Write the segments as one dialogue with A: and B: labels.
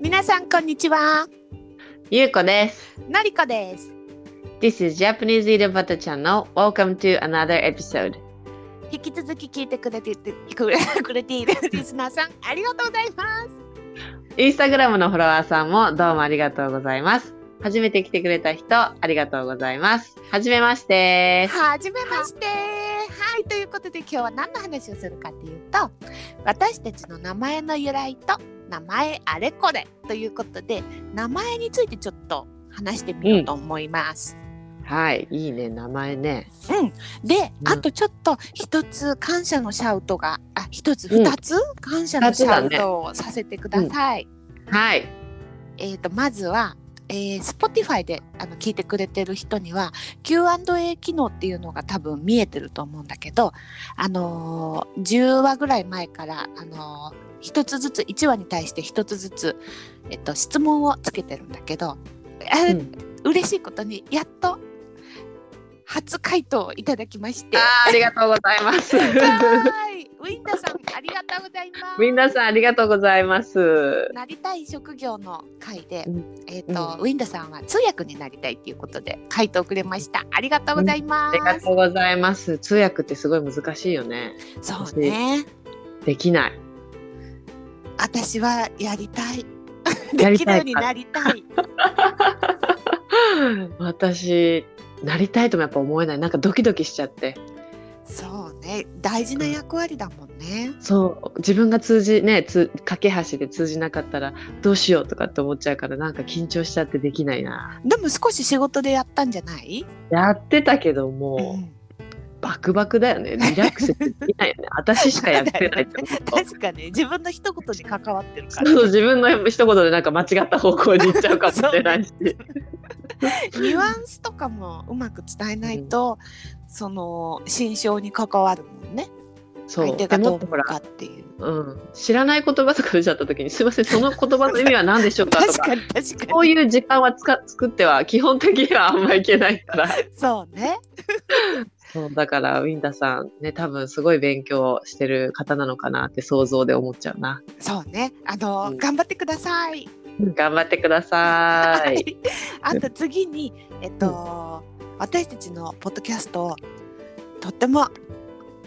A: 皆さんこんにちは。
B: ゆうこです。
A: のりこです。
B: This is Japanese Eater Butter Channel. Welcome to another episode.
A: 引き続き聞いてくれててくれくれているリスナーさんありがとうございます。
B: インスタグラムのフォロワーさんもどうもありがとうございます。初めて来てくれた人、ありがとうございます。はじめまして。
A: はじめまして。はい、ということで今日は何の話をするかっていうと、私たちの名前の由来と名前あれこれということで、名前についてちょっと話してみようと思います。
B: はい、いいね、名前ね。
A: うん。で、
B: うん
A: あとちょっと一つ感謝のシャウトが、あ、一つ
B: うん
A: 二つ、感謝のシャウトをさせてください。
B: はい。
A: えー、とまずは、えー、Spotify であの聞いてくれてる人には Q&A 機能っていうのが多分見えてると思うんだけど、あのー10話ぐらい前から、あのー、1つずつ1話に対して1つずつ、えっと質問をつけてるんだけど、あ
B: うん
A: 嬉しいことにやっと初回答いただきまして
B: あ。ーありがとうございます。
A: はーいウィンダさんありがとうございます。
B: みなさんありがとうございます。
A: なりたい職業の会で、
B: うん
A: えっ、と、ウィンダさんは通訳になりたいということで回答くれました。ありがとうござい
B: あ
A: ま
B: りが
A: す。
B: とうございます。通訳ってすごい難しいよね。
A: そうね。
B: できない。
A: 私はやりた い。で
B: やり
A: きる
B: た
A: よ
B: いう
A: になりたい。
B: 私なりたいともやっぱ思えないなんかドキドキしちゃって
A: そうね。大事な役割だもんね。
B: そう自分が通じねつ架け橋で通じなかったらどうしようとかって思っちゃうからなんか緊張しちゃってできないな
A: でも少し仕事でやったんじゃない？
B: やってたけども、
A: うん
B: バクバクだよねリラックスできないよ ね私しかやってないって思うと
A: 確かに自分の一言に関わってるか
B: そう
A: ら。
B: 自分の一言でなんか間違った方向に行っちゃうかもしれないし
A: ニュアンスとかもうまく伝えないと、その心象に関わるもんね。
B: そ
A: 相
B: う
A: 手
B: で
A: がどう
B: もっ
A: 思
B: と
A: う
B: ほら
A: かっていう。
B: うん、知らない言葉とか出ちゃった時に「すいませんその言葉の意味は何でしょうか?」と
A: 確
B: か
A: かに確かに。
B: そういう時間はつか作っては基本的にはあんまいけないから
A: そうね。
B: そうだからウィンターさんね多分すごい勉強してる方なのかなって想像で思っちゃうな
A: そうね。あの、
B: うん
A: 頑張ってください。
B: 頑張ってください
A: あと次に、えっと、私たちのポッドキャストをとっても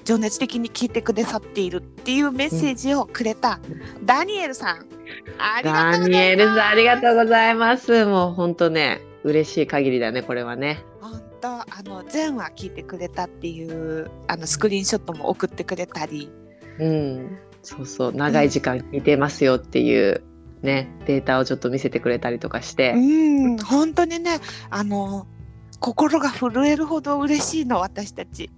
A: 情熱的に聞いてくださっているっていうメッセージをくれた、ダニエルさん。ありが
B: ダ
A: とうございます。
B: ニエルさんありがとうございますもうほんとね嬉しい限りだねこれはね
A: 本当あの前話聞いてくれたっていうあのスクリーンショットも送ってくれたり
B: うんそうそう長い時間聞いてますよっていうねデータをちょっと見せてくれたりとかして、
A: うん本当にねあの心が震えるほど嬉しいの私たち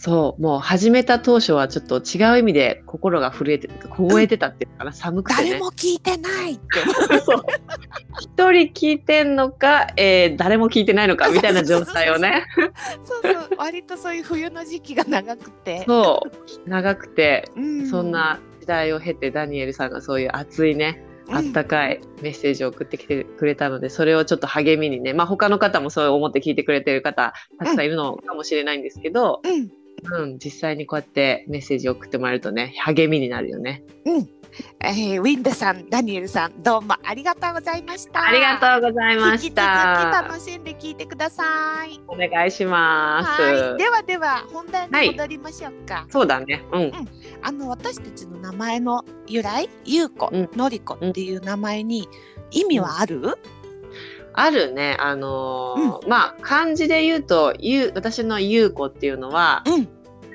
B: そうもう始めた当初はちょっと違う意味で心が震えて凍えてたっていうのかな寒くてね
A: 誰も聞いてないって
B: そう一人聞いてんのか、えー誰も聞いてないのかみたいな状態をね
A: そうそう割とそういう冬の時期が長くて、
B: そう長くて
A: うん
B: そんな時代を経てダニエルさんがそういう熱いねあったかいメッセージを送ってきてくれたのでそれをちょっと励みにね、まあ、他の方もそう思って聞いてくれてる方たくさんいるのかもしれないんですけど、
A: うん
B: うん、実際にこうやってメッセージを送ってもらえるとね励みになるよね。
A: うんえーウィンダさんダニエルさんどうもありがとうございました
B: ありがとうございまし
A: 引
B: た。
A: き続き楽しんで聞いてください
B: お願いします。
A: はいではでは本題に戻りましょうか、
B: そうだね。うん。
A: あの私たちの名前の由来ゆうこ、
B: うん
A: のりこっていう名前に意味はある、
B: あるね。あのーまあ漢字で言うと、ゆう私のゆうこっていうのは、
A: うん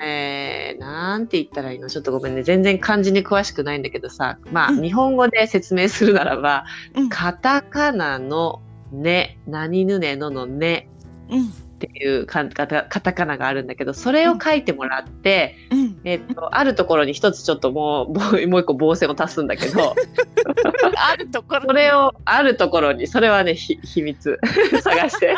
B: えー、なんて言ったらいいのちょっとごめんね。全然漢字に詳しくないんだけどさ、まあ、
A: うん
B: 日本語で説明するならば、
A: うん
B: カタカナのね、何ぬねののね
A: うん
B: っていうかカタカタカナがあるんだけど、それを書いてもらって、
A: うん、
B: えっと、あるところに一つちょっともう、もうもう一個防線を足すんだけど、
A: あるところ
B: それをあるところにそれはねひ秘密 探して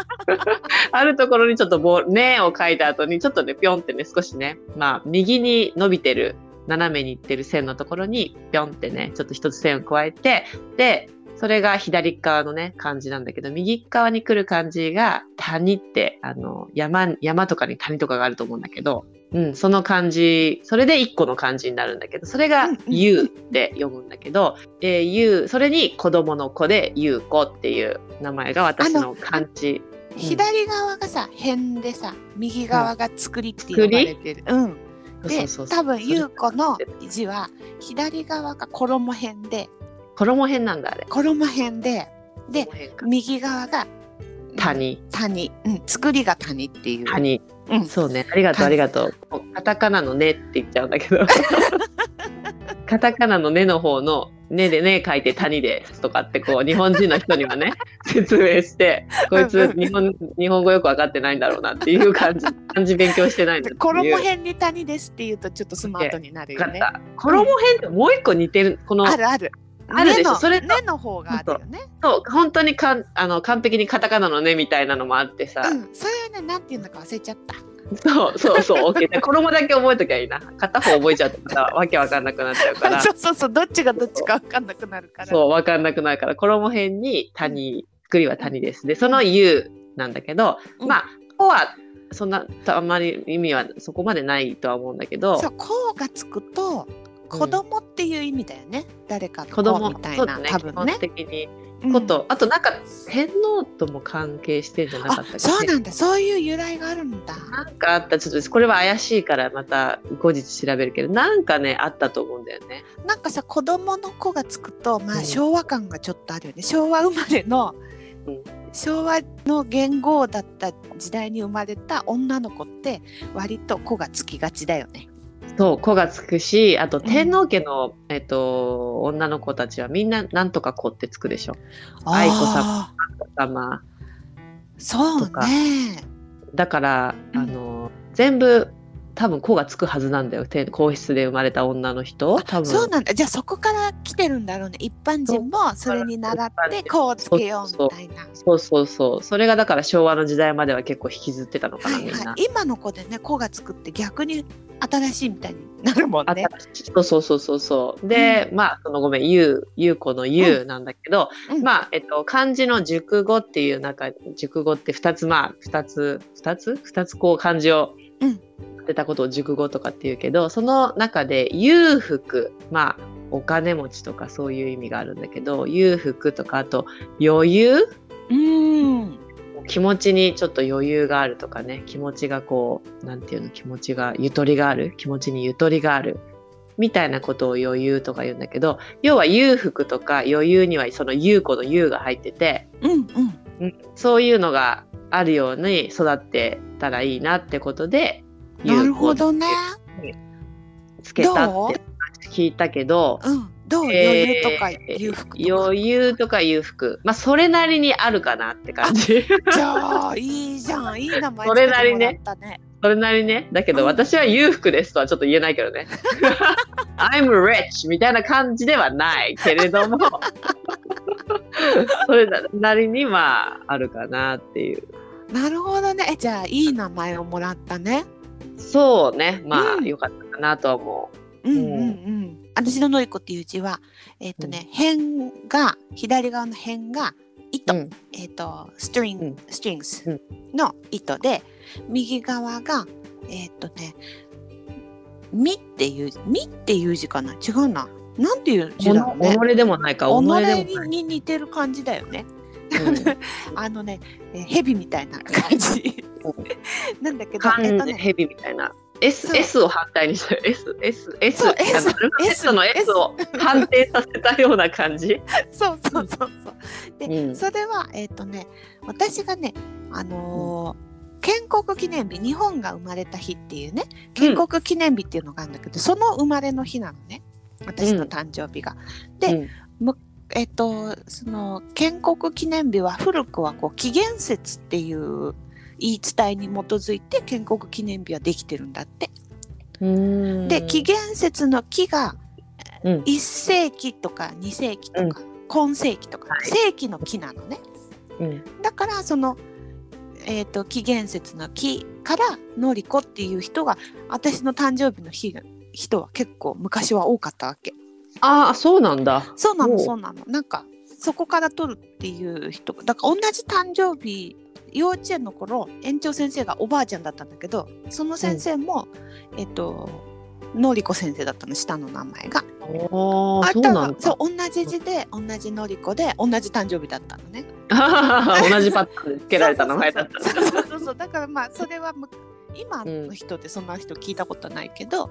B: あるところにちょっと棒「ね」を書いた後にちょっとねピョンってね少しねまあ右に伸びてる斜めにいってる線のところにピョンってねちょっと一つ線を加えてでそれが左側のね漢字なんだけど右側に来る漢字が「谷」ってあの山山とかに谷とかがあると思うんだけどうん、その漢字それで1個の漢字になるんだけどそれが
A: うんうん
B: 「ゆう」って読むんだけど「えー、ゆう」それに子供の子で「ゆうこ」っていう名前が私
A: あ
B: の漢字
A: 左側がさ辺でさ右側が作りって呼ばれてる。うん、で
B: そうそうそう
A: 多分優子の
B: それが
A: 字は左側が衣辺で
B: 衣編なんだあれ
A: 衣辺でで
B: 衣編か
A: 右側が
B: 谷
A: 谷、うん、作りが谷っていう。
B: 谷
A: うん
B: そうねありがとう
A: 谷
B: ありがとうもうカタカナの「ね」って言っちゃうんだけ どカタカナの「ね」の方の「ね」で「ね」書いて「谷」ですとかってこ う日本人の人にはね説明してこい
A: うん
B: つ
A: うん
B: 日本日本語よく分かってないんだろうなっていう感じ漢字勉強してないんだ
A: で
B: っていう
A: 衣辺に谷ですって言うとちょっとスマートになる
B: 分か
A: よ
B: っ
A: ね。
B: た衣編ってもう一個似てるこの
A: あるある。
B: あるでし
A: 根
B: ょ
A: の
B: それと
A: 根の方があるよね。
B: そう本当にかんあの完璧にカタカナの「ね」みたいなのもあってさ、
A: うん、それはね、なんていうのか忘れちゃった。
B: そうそうそう OK で衣だけ覚えときゃいいな片方覚えちゃっ たらわけわかんなくなっちゃうから
A: そうそうそう、どっちがどっちか分かんなくなるから。
B: そう、わかんなくなるから、衣編に谷、作りは谷です。で、その U なんだけど、
A: うん
B: まあ、ここは、そんな、あんまり意味はそこまでないとは思うんだけど、
A: そう、こうがつくと、子供っていう意味だよね。誰かの
B: 子供
A: 子みたいな、多
B: そうだ
A: 分
B: ね、
A: ね
B: 基。本的に。
A: うん
B: こと、あとなんか、天皇とも関係してんじゃなか
A: あ
B: ったか、
A: そうなんだ。そういう由来があるんだ。
B: なんかあった、ちょっとこれは怪しいからまた後日調べるけど、なんかね、あったと思うんだよね。
A: なんかさ、子供の子がつくと、ま
B: う
A: あ、
B: ん
A: 昭和感がちょっとあるよね。昭和生まれの
B: うん。
A: 昭和の元号だった時代に生まれた女の子って割と子がつきがちだよね。
B: そう、子がつくし、あと天皇家の、えっと、女の子たちはみんななんとか子ってつくでしょ。愛子さ
A: あー
B: まあ
A: そう
B: とか
A: ね。
B: だから、
A: うん
B: あの全部多分子がつくはずなんだよ天皇室で生まれた女の人多分
A: そうなんだ。じゃあそこから来てるんだろうね。一般人もそれに習ってこうつけようみたいな。
B: そうそうそうそれがだから昭和の時代までは結構引きずってたのか
A: は
B: な、
A: い
B: みんな
A: は。い。今の子でね、子がつくって逆に新しいみたいになるもん
B: あ
A: ね。
B: そうそうそうそうそうで、まあそのごめん「ゆう」「ゆうこの「ゆう」なんだけど、
A: うん
B: まあえっと漢字の熟語っていう中熟語って2つまあ2つ2つ2つこう漢字を
A: うん
B: 出たことを熟語とかっていうけどその中で裕福まあお金持ちとかそういう意味があるんだけど裕福とかあと余裕
A: うん。
B: 気持ちにちょっと余裕があるとかね気持ちがこうなんていうの気持ちがゆとりがある気持ちにゆとりがあるみたいなことを余裕とか言うんだけど要は裕福とか余裕にはその裕子の裕が入ってて
A: うんうん。
B: そういうのがあるように育ってたらいいなってことで
A: なるほどね。
B: つけた
A: ど
B: っ
A: う
B: て聞いたけど
A: うん。どう
B: え
A: 余裕
B: ー
A: とか裕福とか。
B: 余裕とか裕福まあそれなりにあるかなって感じ
A: じゃあいいじゃん。いい名前
B: そ
A: つ
B: れ
A: け
B: な
A: て
B: り
A: も
B: ね
A: らったね。
B: それなりねだけ
A: う
B: ど
A: ん
B: 私は裕福ですとはちょっと言えないけ どね I'm rich みたいな感じではないけれ どもそれなりにまああるかなっていう
A: なるほどね。えじゃあいい名前をもらったね。
B: そうねま
A: う
B: あ
A: ん
B: よかったかなとは思う
A: うんうんうん。私ののりこっていう字は、えっ、とね、辺が左側の辺が糸、
B: うん
A: えっ、とストリン、
B: う
A: グ
B: ん
A: ストリングス
B: うん
A: の糸で、右側がえっ、とね、みっていうみっていう字かな、違うな。なんていう字だろうね。
B: 己でもないか己でもない
A: 己にに似てる感じだよね。
B: うん
A: あのね、え蛇みたいな感じ なんだけど、
B: 缶
A: えっ、とね、
B: ヘビみたいな。
A: そ
B: S,
A: う
B: S を反対にしてる S S S
A: そう
B: あの
A: S
B: アルファベットの
A: S
B: S を反転させたような感じ。
A: そうそうそうそう。で、
B: うん
A: それはえっ、とね私がねあのー建国記念日日本が生まれた日っていうね建国記念日っていうのがあるんだけど、その生まれの日なのね私の誕生日が。で
B: うん
A: えっ、とその建国記念日は古くはこう紀元節っていう言い伝えに基づいて建国記念日はできてるんだって。で紀元節の「紀」が
B: うん
A: 1世紀とか2世紀とか、今世紀とか、世紀の「紀」なのね。
B: うん
A: だからその、えー、と紀元節の紀からのりこっていう人が私の誕生日の日人は結構昔は多かったわけ
B: ああそうなんだ。
A: そうな
B: お
A: の
B: う
A: そうなのなんかそこから取るっていう人がだから同じ誕生日幼稚園の頃園長先生がおばあちゃんだったんだけどその先生も、えっとのりこ先生だったの下の名前が
B: おー
A: あ
B: そう
A: た
B: な
A: は
B: ん
A: そう
B: だ。
A: 同じ字で同じのりこで同じ誕生日だったのね。
B: 同じパターンでつけられた名前だったんだ。
A: そうそうそうそうそうそうだからまあそれはむ今の人ってそんな人聞いたことないけど、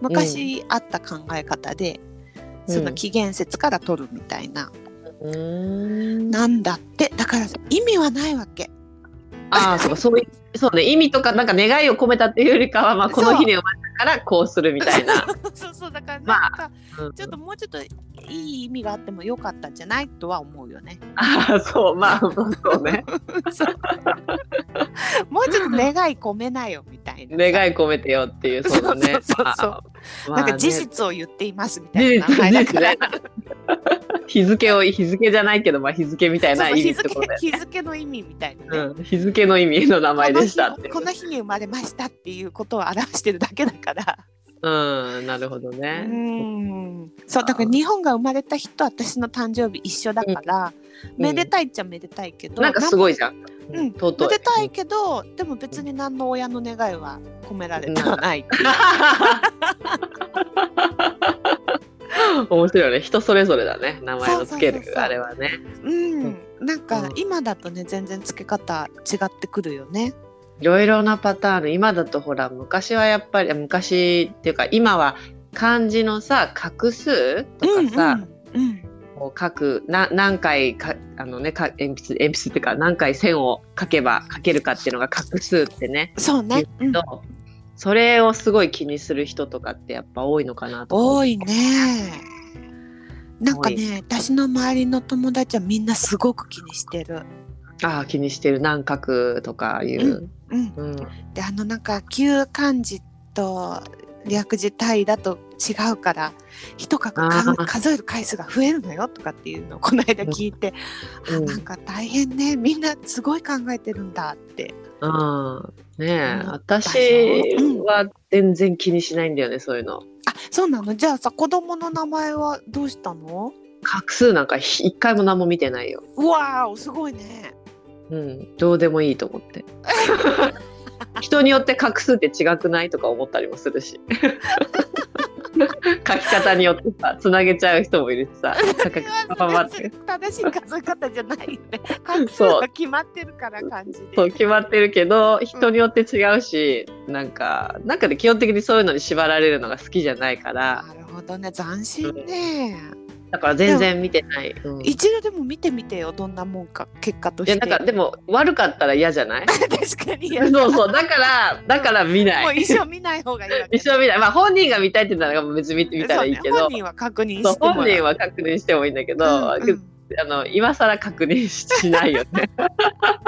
A: 昔あった考え方で、その紀元節から取るみたいな、
B: うーん
A: なんだってだから意味はないわけ
B: ああ、そうか、そういう、そうね、意味とか、なんか願いを込めたっていうよりかは、まあ、この日に生まれたから、こうするみた いな。
A: そうそうだから
B: ま
A: なんか、
B: うん
A: ちょっともうちょっといい意味があってもよかったんじゃないとは思うよね。
B: ああ、そう、まあ、そうね。
A: そうもうちょっと願い込めなよみたいな。
B: 願い込めてよっていう、そうだね。
A: そうそうそう
B: まあ
A: なんか事
B: ま
A: 実を言っていますみ
B: あ
A: た
B: ね
A: いな名前だ
B: 事
A: か
B: 実
A: ら
B: ね。日付を、日付じゃないけど、まあ、日付みたい
A: そう
B: な
A: そう
B: 意味
A: 日
B: って
A: 付
B: ことで。
A: 日付の意味みたいなね。
B: うん、日付の意味の名前でしたってい
A: この日この日に生まれましたっていうことを表してるだけだから。
B: う。うん、なるほど
A: う
B: ね。
A: ん。そうだから日本が生まれた日と私の誕生日一緒だから、
B: うん
A: めでたいっちゃめでたいけど、
B: なんかすごいじゃん。
A: ん
B: 尊
A: め
B: い。
A: でたいけど、でも別に何の親の願いは込められては ない。
B: 面白いね。人それぞれだね。名前をつけ
A: そうそうそ
B: る
A: うそう
B: あれはね。
A: うん。なんか
B: うん
A: 今だとね全然付け方違ってくるよね。
B: いろいろなパターン。今だとほら昔はやっぱり昔っていうか今は漢字のさ画数とかさ、
A: うんうんうん
B: こう書くな何回かあのねか鉛筆鉛筆っていうか何回線を書けば書けるかっていうのが画数ってね。
A: そうね。うん
B: どうそれをすごい気にする人とかってやっぱ多いのかなと思う。
A: 多いね。なんかね私の周りの友達はみんなすごく気にしてる。
B: ああ気にしてる何画とかいう。
A: うん。
B: うん
A: であのなんか旧漢字と略字体だと違うから一画か
B: あー
A: 数える回数が増えるのよとかっていうのをこの間聞いて、
B: う
A: あなんか大変ねみんなすごい考えてるんだって
B: うんねえ、
A: 思った
B: 私
A: でしょうん
B: は全然気にしないんだよね、そういうの。
A: あそうなのじゃあさ子供の名前はどうしたの
B: 画数なんかひ一回も何も見てないよ。
A: うわーすごいね
B: うん、どうでもいいと思 って。人によって画数って違くないとか思ったりもする し。書き方によってさ、つなげちゃう人もいるしさ、カカカパパっ
A: 別
B: て
A: に。正しい数え方じゃないよね関数
B: そう
A: が決まってるから漢字で
B: そう決まってるけど人によって違うし、なんかなんかで基本的にそういうのに縛られるのが好きじゃないから
A: なるほどね斬新ね、
B: だから全然見てない、うん
A: 一度でも見てみてよどんなもんか結果と
B: いや
A: して
B: なんかでも悪かったら嫌じゃな い
A: 確かに
B: そうそうだからだから見
A: も
B: な
A: う
B: い
A: 一生見ない方がいいわけ
B: 一緒見ないまあ本人が見たいってなら別に見てみたらいいけ
A: そ
B: ど
A: うね本人は確認
B: そう
A: してもらう
B: 本人は確認してもいいんだけど、
A: うんうん
B: あの今更確認しないよね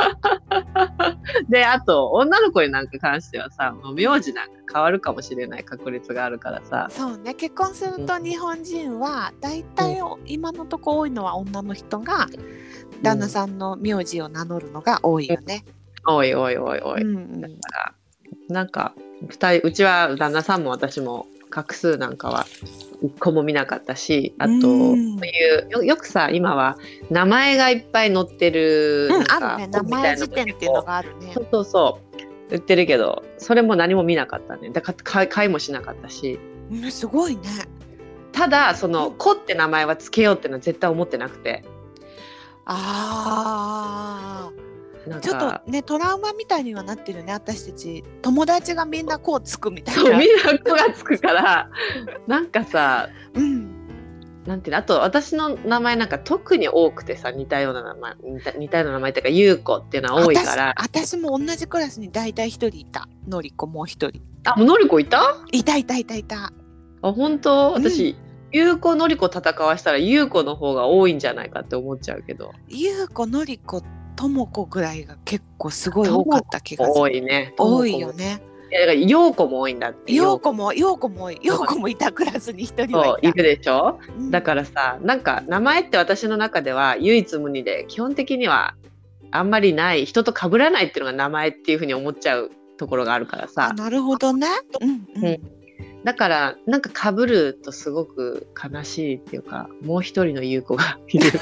B: であと女の子になんか関してはさもう名字なんか変わるかもしれない確率があるからさ
A: そうね結婚すると日本人は大体お今のとこ多いのは女の人が旦那さんの名字を名乗るのが多いよね。
B: おいおいおいお
A: う
B: い、
A: んうん
B: なんか二人うちは旦那さんも私も画数なんかは一個も見なかったしあと
A: うん
B: こういうよよくさ今は名前がいっぱい載ってる
A: う
B: なんん、か
A: あるね名前辞典っていうのがあるね
B: そ。うそうそう売ってるけどそれも何も見なかったねだから買い買いもしなかったし
A: うんすごいね。
B: ただその「子」って名前はつけようってのは絶対思ってなくて
A: ああ
B: なんか
A: ちょっとねトラウマみたいにはなってるよね私たち友達がみんなこうつくみたい
B: そう
A: な
B: み。んな「子」がつくからなんかさ
A: うん
B: なんていうのあと私の名前なんか特に多くてさ似たような名前似た似たような名前っていうか優子っていうのは多いから
A: 私私も同じクラスに大体一人いたのりこもう一人
B: あもうのりこいたあ
A: いたいたいたいた
B: 本当
A: うん
B: 私、優子のりこ戦わしたら優子の方が多いんじゃないかって思っちゃうけど
A: ゆうこのりこともこぐらいが結構すごい多かった気がす
B: 多
A: る
B: いね
A: 多いよね
B: いやだから陽子も多いんだって
A: ようこもようこもようこもいたクラスに一人
B: そう
A: はい
B: い
A: た
B: るでしょ
A: うん
B: だからさなんか名前って私の中では唯一無二で基本的にはあんまりない人と被らないっていうのが名前っていうふうに思っちゃうところがあるからさ
A: あなるほどねうんうん、
B: うんだからなんかかぶるとすごく悲しいっていうかもう一人の優子がいる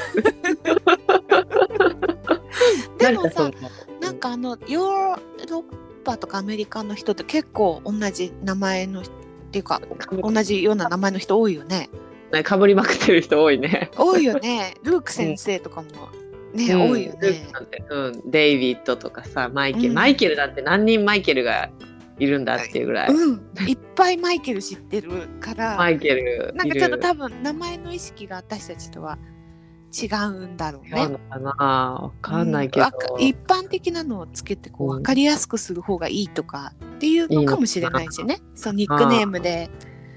A: でもさ
B: なんかその
A: なんカのヨーロッパとかアメリカの人って結構同じ名前の人っていうか同じような名前の人多いよね。
B: ね、かぶりまくってる人多いね。
A: 多いよ ね。ルーク先生とかもね、
B: うん
A: 多いよ
B: ルー
A: ね
B: ク。なんてうん、デイビッドとかさ、マイケル、
A: うん
B: マイケルだって何人マイケルがいるんだっていうぐらい。
A: うん、いっぱいマイケル知ってるから。
B: マイケルいる。
A: なんかちょっと多分名前の意識が私たちとは違うんだろう
B: そう
A: ね。
B: なのかなわかんないけ
A: う
B: ど
A: わ。か一般的なのをつけてこう
B: うん
A: 分かりやすくする方がいいとかっていうのかもしれないしね。そうニックネームで。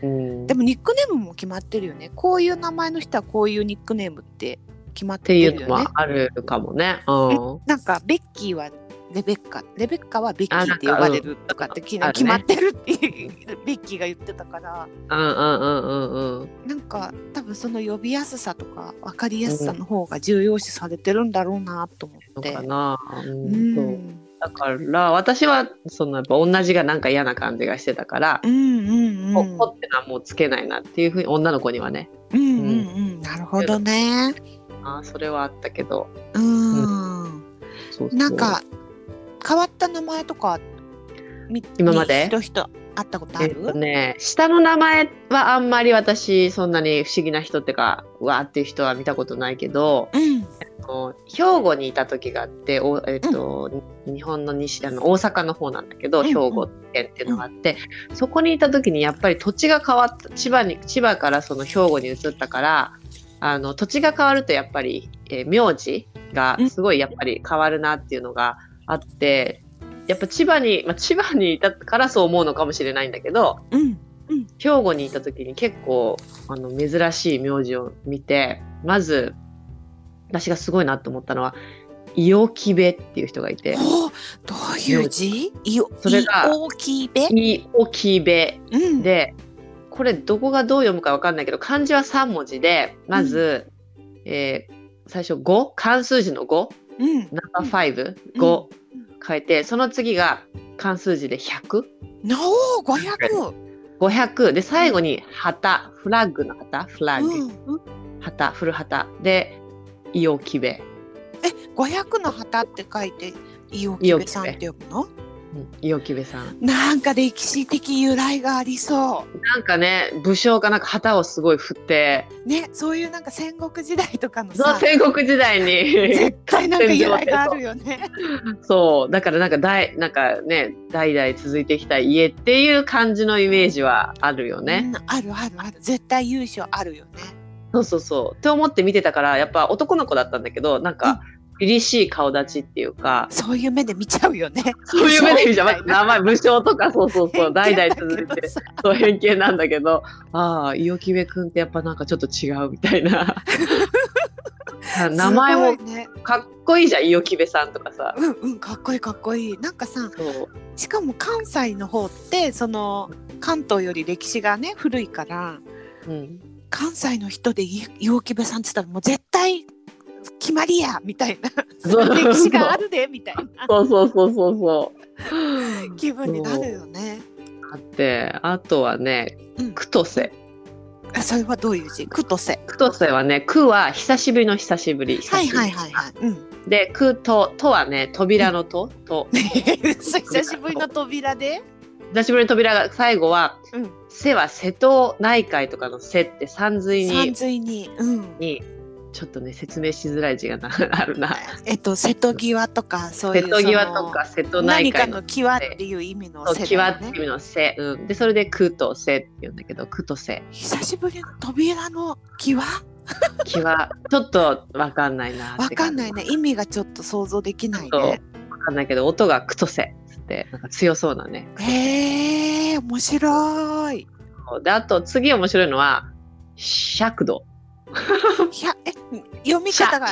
B: うん
A: でもニックネームも決まってるよね。こういう名前の人はこういうニックネームって決まっ
B: ってていう
A: る
B: の
A: よね
B: も。あるかもね。うん。
A: なんかベッキーはレベッカ、レベッカはベッキ
B: あ
A: ー
B: なん
A: って
B: か
A: 呼ばれるとかって決
B: あるね
A: 決まってるっていう ベッキーが言ってたから。
B: うんうんうんうんうん。
A: なんか多分その呼びやすさとか分かりやすさの方が重要視されてるんだろうなと思
B: の
A: って。
B: かな。う
A: うん
B: そうんだから私はそのやっぱ同じがなんか嫌な感じがしてたから
A: う、んうんう
B: こ
A: ん
B: こってのはもうつけないなっていうふうに女の子にはね。
A: うんうんうんなるほどね。
B: あーそれはあったけど。
A: うん。
B: そうそう
A: なんか変わった名前とかみ
B: 今まで
A: に人人あったことあ
B: えっ
A: る？
B: とね、下の名前はあんまり私そんなに不思議な人ってかうわーっていう人は見たことないけど
A: うん
B: あの兵庫にいた時があってお、えっと日本の西あの大阪の方なんだけど、
A: うんうん
B: 兵庫県っていうのがあって、そこにいた時にやっぱり土地が変わった千葉に千葉からその兵庫に移ったからあの土地が変わるとやっぱり、えー名字がすごいやっぱり変わるなっていうのがあって。やっぱ千葉に、まあ、千葉にいたからそう思うのかもしれないんだけど、
A: うん
B: 兵庫にいた時に結構あの珍しい名字を見てまず私がすごいなと思ったのは伊予木部っていう人がいて
A: ほうどういう字？いお
B: それが
A: い大きいべ？
B: 伊予木部
A: うん。
B: でこれどこがどう読むかわかんないけど漢字は3文字でまず、えー最初5漢数字の5
A: うん。
B: ナンバー
A: うん
B: 55変えてその次が漢数字で100。
A: なお五百。
B: 500で最後に旗、フラッグの旗フラッグ、
A: うん。
B: 旗古旗で伊予木部
A: 五百の旗って書いて伊予木部さんって呼ぶの？
B: うん伊予木部さん
A: なんか歴史的由来がありそう。
B: なんかね武将がなんか旗をすごい振って
A: ね、そういうなんか戦国時代とかの
B: そう
A: さ、
B: 戦国時代に
A: 絶対なんか由来があるよね。
B: そうだからなんか代なんかね代々続いてきた家っていう感じのイメージはあるよね、
A: うんあるあるある。絶対優勝あるよね。
B: そうそうそうって思って見てたからやっぱ男の子だったんだけどなんか凛々しい顔立ちっていうか
A: そういう目で見ちゃうよね。
B: そういう目で 見ちゃうまず
A: みたいな
B: 名前武将とかそうそう そう代々
A: 偏見だ
B: 続い
A: け
B: て
A: どさ
B: そう偏見なんだけどああ伊予木部君ってやっぱなんかちょっと違うみた いなあ名前
A: すご
B: も
A: いね。
B: かっこいいじゃん伊予木部さんとかさ
A: うんうん、かっこいいかっこいい。なんかさ、
B: そう
A: しかも関西の方って、その関東より歴史がね、古いから、
B: うん、
A: 関西の人でい伊予木部さんって言ったら、もう絶対決まりやみたいな。
B: そう
A: 歴史があるでみたいな
B: そうそうそうそうそ
A: 気分になるよね。
B: うあってあとはね
A: うん
B: クトセ
A: あそれはどういう字？クトセ。
B: クトセはねクは久しぶりの久しぶり久
A: はい
B: しぶり
A: はいはいはい。うん。
B: でクととはね扉のと、と
A: 久しぶりの扉で。
B: 久しぶりの扉が最後は、
A: うん
B: 瀬は瀬戸内海とかの瀬って山水
A: 山
B: に
A: 水に。うん。
B: にちょっとね説明しづらい字が なあるな
A: えっと瀬戸際とかそうい
B: 瀬
A: う。
B: 戸際
A: その
B: とか瀬戸内
A: 何か
B: 海の
A: の際っていう意味の
B: そう
A: 瀬
B: 際
A: だ
B: っ
A: よ
B: て
A: ね
B: いうの瀬、うん、でそれで空と瀬って言うんだけど空と瀬
A: 久しぶりの扉の際
B: 際 ちょっとわかんないなっ
A: わ
B: て
A: かん
B: 感じ
A: ないね意味がちょっと想像できない
B: そう
A: ね
B: わかんないけど音が空と瀬っつってなんか強そうなね
A: へえ面白 い
B: そうであと次面白いのは尺度
A: ひゃえ読み
B: シャ
A: 方が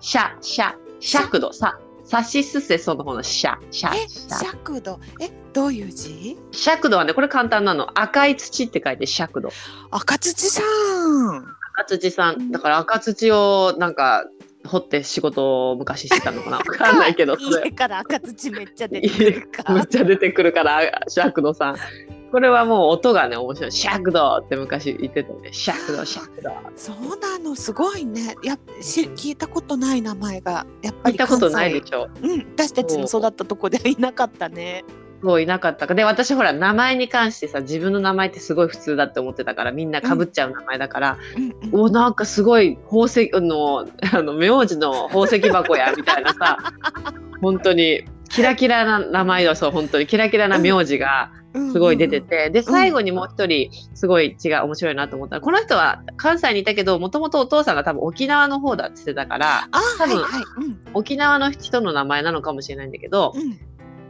B: シャシャシャ尺度ささしすせその方のシャシャ
A: え
B: シャ
A: 尺度えどういう字
B: 尺度はねこれ簡単なの赤い土って書いて尺度
A: 赤土さん
B: 赤土さ
A: うん
B: んだから赤土をなんか掘って仕事を昔してたの かなわかんないけどそれ
A: 家から赤土めっちゃ出てくるか
B: めっちゃ出てくるからあ尺度さんこれはもう音がね、面白い。尺度って昔言ってたね。尺度、尺度。
A: そうなのすごいねやっし聞いたことない名前がやっぱ
B: 聞
A: り
B: いたことない
A: 関
B: でしょ。
A: 西うん、私たちの育ったとこではいなかったね
B: もういなかったか。で、私ほら、名前に関してさ、自分の名前ってすごい普通だって思ってたから、みんな被っちゃう名前だから、
A: うんうん
B: おなんかすごい宝石あのあの名字の宝石箱やみたい なさ本当にキラキラな名前だそう本当にキラキラな名字が
A: うんうん
B: すごい出てて、で最後にもう一人すごい違う面白いなと思ったのこの人は関西にいたけどもともとお父さんが多分沖縄の方だって言ってたから
A: あ
B: 多
A: はい
B: 分
A: はいうん
B: 沖縄の人の名前なのかもしれないんだけど
A: うん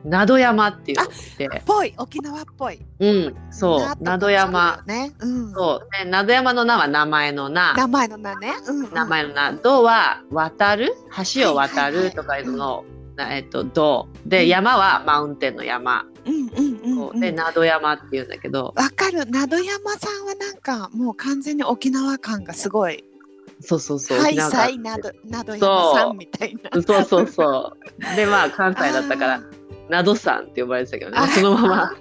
B: 名戸山っていうのがいて
A: ぽい沖縄っぽい
B: うん
A: な
B: そ
A: と
B: う
A: か
B: 名戸山
A: そうだよね、うん、
B: そう、ね、名戸山の名は名前の名
A: 名前の名ね、うんうん
B: 名前のな「ど」は「渡る」「橋を渡
A: はいはいは
B: る」
A: い
B: とかいうのの「なえっと、ど」で
A: う
B: 「
A: ん
B: 山」は「マウンテンの山
A: うんうん」うん
B: こ
A: う
B: うんで「など山」っていうんだけど
A: わかるなど山さんはなんかもう完全に沖縄感がすごい
B: そうそうそう
A: は
B: 沖
A: い
B: 縄
A: さい
B: が
A: などなど山さんみたいな
B: そうそうそうでまあ関西だったか
A: あ
B: ら
A: ー
B: 「などさん」って呼ばれてたけどね
A: あ
B: そのま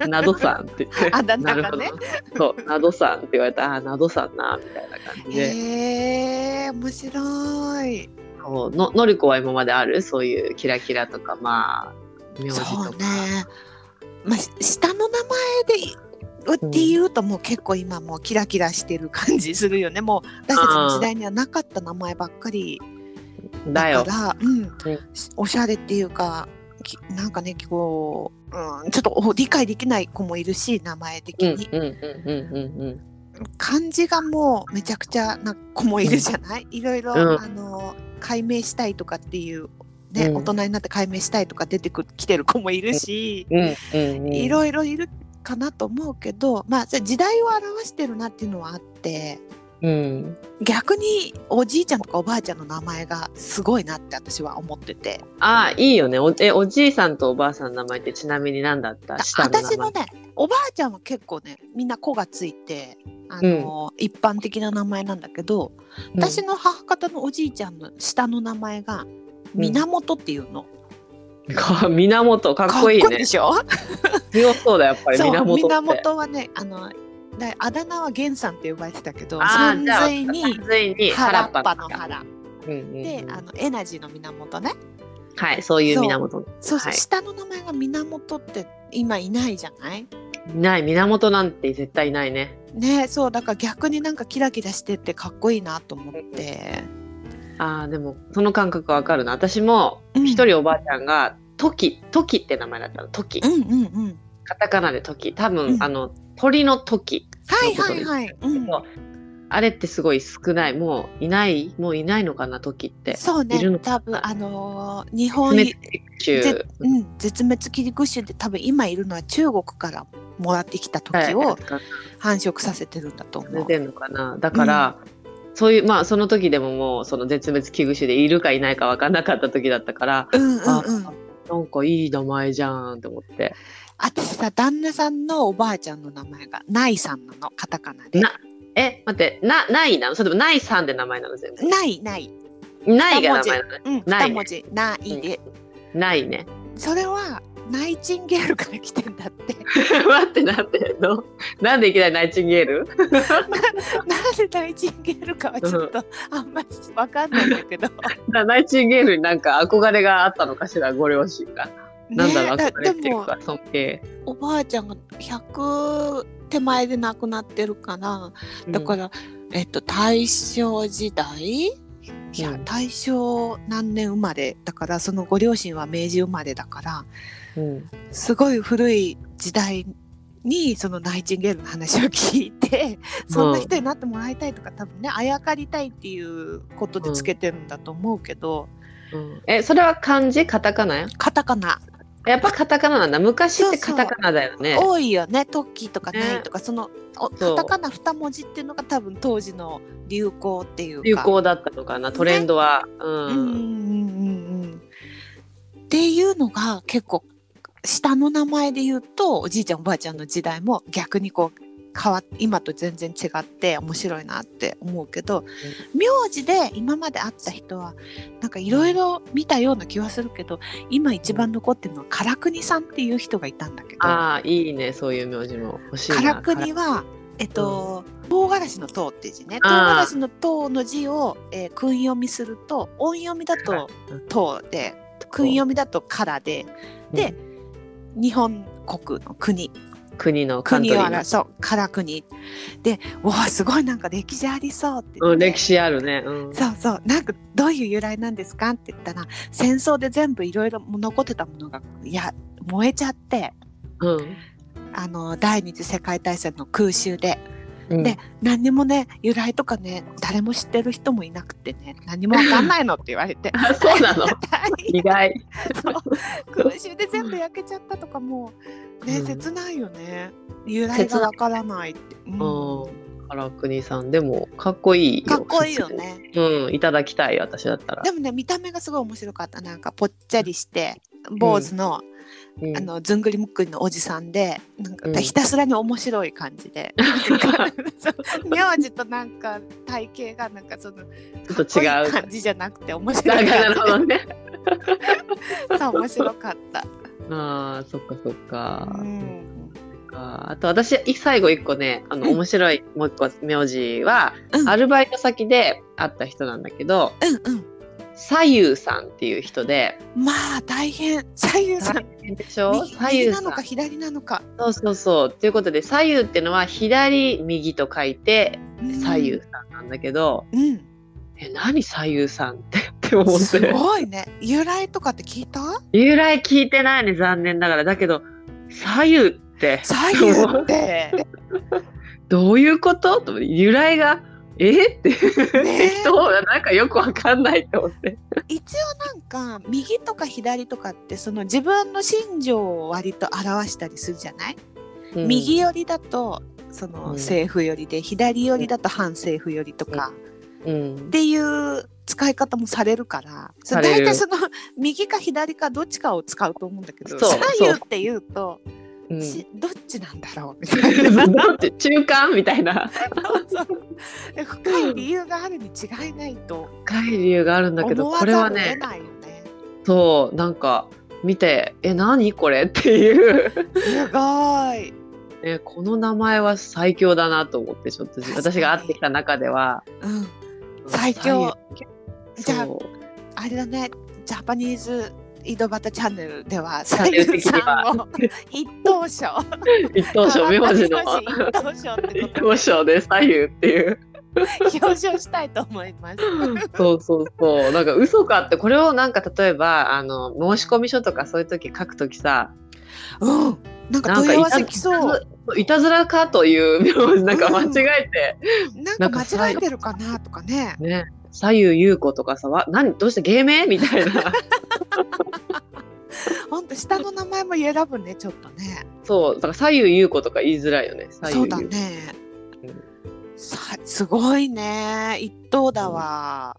B: ま「などさん」って言って
A: あだ名
B: なる
A: が
B: ほど
A: ね
B: そう「などさん」って言われたら「あーなどさんな」みたいな感じで
A: へえ面白い
B: そうののりこは今まであるそういうキラキラとかまあ名字と
A: そ
B: か
A: うね、まあ、し下の名前でいっていうともう結構今もうキラキラしてる感じするよねもう私たちの時代にはなかった名前ばっかり
B: だよ
A: だから、うん、おしゃれっていうかきなんかねこう、うん、ちょっとお理解できない子もいるし名前的
B: うん
A: に、
B: うんうんうんうんうん
A: 漢字がもうめちゃくちゃな子もいるじゃない、いろいろ、
B: うん
A: あの解明したいとかっていう、ね
B: うん
A: 大人になって解明したいとか出てくきてる子もいるし、い
B: い
A: ろいろいるかなと思うけど、まあ、それ時代を表してるなっていうのはあって
B: うん、
A: 逆におじいちゃんとかおばあちゃんの名前がすごいなって私は思ってて
B: ああいいよねおえおじいさんとおばあさんの名前ってちなみに何だった下の名前
A: 私のねおばあちゃんは結構ねみんな「子」がついてあの、一般的な名前なんだけど、
B: うん
A: 私の母方のおじいちゃんの下の名前が源っていうの、
B: か 源かっこいい
A: かっこいい
B: ね
A: でしょ
B: 強そうだやっぱり
A: そう
B: 源って
A: 源はねあのだあだ名は源さんって呼ばれてたけど
B: ああ
A: 存
B: じゃあ
A: 在に
B: ついに
A: 原
B: 原
A: っ
B: っ
A: ぱ
B: ぱ
A: の
B: の
A: 原
B: うんうんうん
A: であのエナジーの源ね
B: はいそういう源い
A: そうそう、
B: はい
A: 下の名前が源って今いないじゃない
B: ない源なんて絶対いないね
A: ねそうだから逆になんかキラキラしててかっこいいなと思って
B: ああでもその感覚わかるな私も
A: うん
B: 一人おばあちゃんが時時って名前だったの時
A: うんうんうん
B: カタカナで時多分、
A: うん
B: あの鳥の時
A: はいはいはい、うん、
B: あれってすごい少ないもういないもういないのかな時って
A: そうね
B: いるの
A: 多分あのー日本
B: 絶滅中
A: ぜ、うん、絶滅危惧種で多分今いるのは中国からもらってきた時を繁殖させてるんだと思う、
B: 出てんのかなだから、そういうまあその時でももうその絶滅危惧種でいるかいないか分かんなかった時だったから
A: うんうん
B: あ
A: うん
B: なんかいい名前じゃんと思って
A: 私さ旦那さんのおばあちゃんの名前がないさんなのカタカナで
B: なえ待ってなないなのそれともないさんで名前なの全部
A: ないない
B: ないが名前なのね
A: うん、
B: ない
A: 二
B: ね
A: 文字「ないで」
B: ないね
A: それはナイチンゲールから来てんだって
B: 待ってなってのなんでいきなりナイチンゲール
A: なんでナイチンゲールかはちょっとあんまりわかんないんだけど、
B: なナイチンゲールになんか憧れがあったのかしらご両親が。 なんだろう、
A: ね
B: 憧れって
A: で
B: いう
A: も
B: か尊敬。、
A: おばあちゃんが100手前で亡くなってるからだからら、えっと大正時代いや、
B: うん
A: 大正何年生まれだからそのご両親は明治生まれだから
B: うん
A: すごい古い時代にそのナイチンゲールの話を聞いてそんな人になってもらいたいとか多分ねあやかりたいっていうことでつけてるんだと思うけど、
B: うんえ、それは漢字カタカナや
A: カタカナ
B: やっぱカタカナなんだ。昔っ
A: そう
B: て
A: そ
B: カ
A: う
B: タカナだよね。
A: 多いよね「トッキー」とか「
B: ね
A: ない」とか、そのお
B: そ
A: カ
B: う
A: タカナ2文字っていうのが多分当時の流行っていうか。
B: 流行だったのかな、トレンドは。う
A: うんうん
B: ん。
A: うんうんっていうのが結構下の名前で言うとおじいちゃんおばあちゃんの時代も逆にこう変わ今と全然違って面白いなって思うけど名字で今まで会った人はなんかいろいろ見たような気はするけど今一番残ってるのは唐国さんっていう人がいたんだけど
B: ああ、いいね、そういう名字も欲しいな。
A: 唐国は、えっと唐辛子の唐っていう字ね唐
B: あー
A: 辛子の唐の字を、えー訓読みすると音読みだと唐で訓読みだとからでで、日本国の国
B: 国のカン
A: 国
B: トリ
A: を
B: ーの
A: 表そうから国でうわすごいなんか歴史ありそうって言って
B: うん、歴史あるね。うん、
A: そうそうなんかどういう由来なんですかって言ったら戦争で全部いろいろ残ってたものがいや燃えちゃって
B: うん
A: あの第二次世界大戦の空襲で
B: うん
A: で何にもね由来とかね誰も知ってる人もいなくてね何もわかんないのって言われて
B: あ そう なの意外。
A: 空襲で全部焼けちゃったとかもうね、
B: うん
A: 切ないよね由来がわからないって、うん
B: うん。から国さん、でも、かっこいいよ。
A: かっこいいよね
B: 普通に。 うん、いただきたい、私だったら。
A: でもね見た目がすごい面白かったなんかぽっちゃりして坊主の、
B: うん
A: あのずんぐりむっくりのおじさんでなんか
B: うん
A: ひたすらに面白い感じ で、名字となんか体型がなんかその
B: ちょっと違う
A: かっこいい感じじゃ なくて面白
B: ないんかなるほ
A: 感
B: どね。
A: じそう面白かった、
B: ああ、そっかそっか。
A: うん、
B: あーあと私い最後一個ねあの
A: うん
B: 面白いもう一個名字は、
A: うん
B: アルバイト先で会った人なんだけど
A: うんうん
B: 左右さんっていう人で
A: まあ大変左右さん
B: でしょ
A: 右
B: 左
A: 右
B: 右
A: な
B: さん
A: のか左なのか
B: そうそうそうということで左右っていうのは左右と書いて
A: うん
B: 左右さんなんだけど、
A: うん
B: え何左右さんってって思っ
A: す
B: て
A: ごいね由来とかって聞いた
B: 由来聞いてないね残念ながらだけど左右って
A: 左右って
B: どういうことと思って由来がえって、
A: ね
B: 人をなんかよくわかんないと思って。
A: 一応なんか右とか左とかってその自分の心情を割と表したりするじゃない、
B: うん
A: 右寄りだとそ
B: うん
A: の政府寄りで、左寄りだと反政府寄りとか、
B: うん
A: っていう使い方もされるからそ
B: さ
A: う
B: れ
A: 大
B: る
A: 体その右か左かどっちかを使うと思うんだけど
B: そう
A: 左右っていうと
B: うん
A: し どっちなんだろうみたい な
B: なんて中間みたいな
A: そうそう深い理由があるに違いないと
B: 深い理由があるんだけ
A: 思
B: ど
A: わ
B: これ
A: ざ
B: は
A: るを得
B: ね
A: ないよね。
B: そうなんか見て「え何これ?」っていう、
A: すごい。
B: ね、この名前は最強だなと思ってちょっと
A: 確かに
B: 私が会ってきた中では
A: うん最強
B: 最
A: じゃあ
B: そう
A: あれだね、ジャパニーズ井戸端チャンネルでは、
B: ャ
A: さ
B: ンネ
A: ゆ
B: ル的に
A: さ
B: は
A: んを一等賞。
B: 一等賞名字の
A: 川端一等賞って
B: 一
A: こと
B: 等賞で左右っ ていう
A: 表彰したいと思います。
B: そうそうそうなんか嘘かってこれをなんか例えばあの申込書とかそういう時書く時さ
A: うん、なんか
B: なん
A: 問
B: か
A: い合
B: い
A: わ
B: た
A: せ来そう。
B: いたずらかという名字なんか間違えて、
A: なん
B: な
A: か
B: んか
A: 間違えてるかなとかね。
B: ね左右優子とかさわ何どうして芸名みたい な
A: ほんと下の名前も選ぶね、ちょっとね。
B: そうだから左右優子とか言いづらいよね左右
A: そうだ
B: 優子
A: ね
B: うん。
A: さすごいね、一等だわ。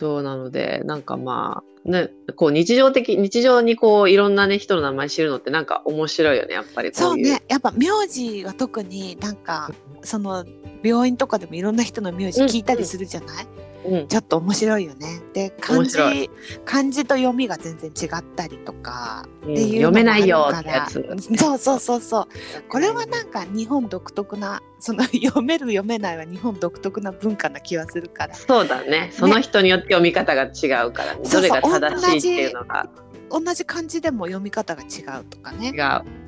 B: そうなのでなんかまあねこう日常的日常にこういろんなね人の名前知るのってなんか面白いよねやっぱりこ
A: そう
B: ういう
A: ね、やっぱ名字は特になんか、その病院とかでもいろんな人の名字聞いたりするじゃない。
B: うん
A: ちょっと面白いよね。で漢字
B: 面白
A: 漢字と読みが全然違ったりとか
B: うん
A: っていう
B: 読
A: のも
B: め
A: あるから、
B: ないよってやつ
A: そうそうそうそう。これはなんか日本独特なその 読める読めないは日本独特な文化な気はするから。
B: そうだねその人によって読み方が違うからね、
A: そうそう
B: どれが正しいっていうのが
A: 同じ漢字でも読み方が違うとかね。
B: 違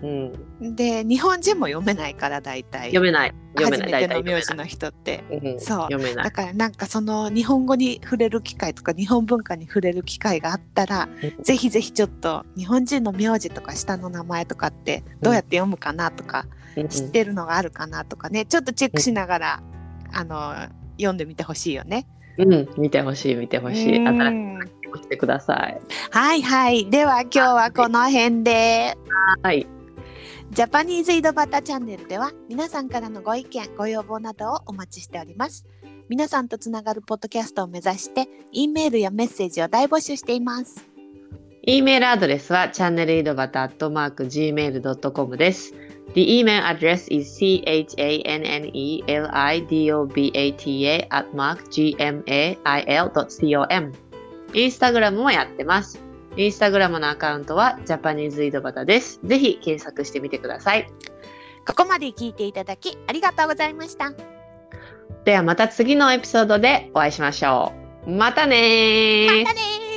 B: う、うん、
A: で日本人も読めないから大体
B: 読めない読め
A: 初め
B: ない
A: て
B: 大体
A: の名
B: 読めない
A: 字の人って。
B: うん
A: そう
B: 読めな
A: だ
B: い。
A: からなんかその日本語に触れる機会とか日本文化に触れる機会があったらぜひぜひちょっと日本人の名字とか下の名前とかってどうやって読むかなとか、
B: うん
A: 知ってるのがあるかなとかねちょっとチェックしながら、あの読んでみてほしいよね。
B: うん、見てほしい、見てほしい。
A: う
B: 新し
A: ん
B: く押してください。
A: はいはいでは今日はこの辺で。
B: はい、
A: ジャパニーズ井戸端チャンネルでは皆さんからのご意見ご要望などをお待ちしております皆さんとつながるポッドキャストを目指して E メールやメッセージを大募集しています
B: E メールアドレスはチャンネル井戸端アットマーク gmail.com です。 The email address is chanelidobata at mark gmail.com インスタグラムもやってます。インスタグラムのアカウントはジャパニーズ井戸端です。ぜひ検索してみてください。
A: ここまで聞いていただきありがとうございました。
B: ではまた次のエピソードでお会いしましょう。またねー
A: またねー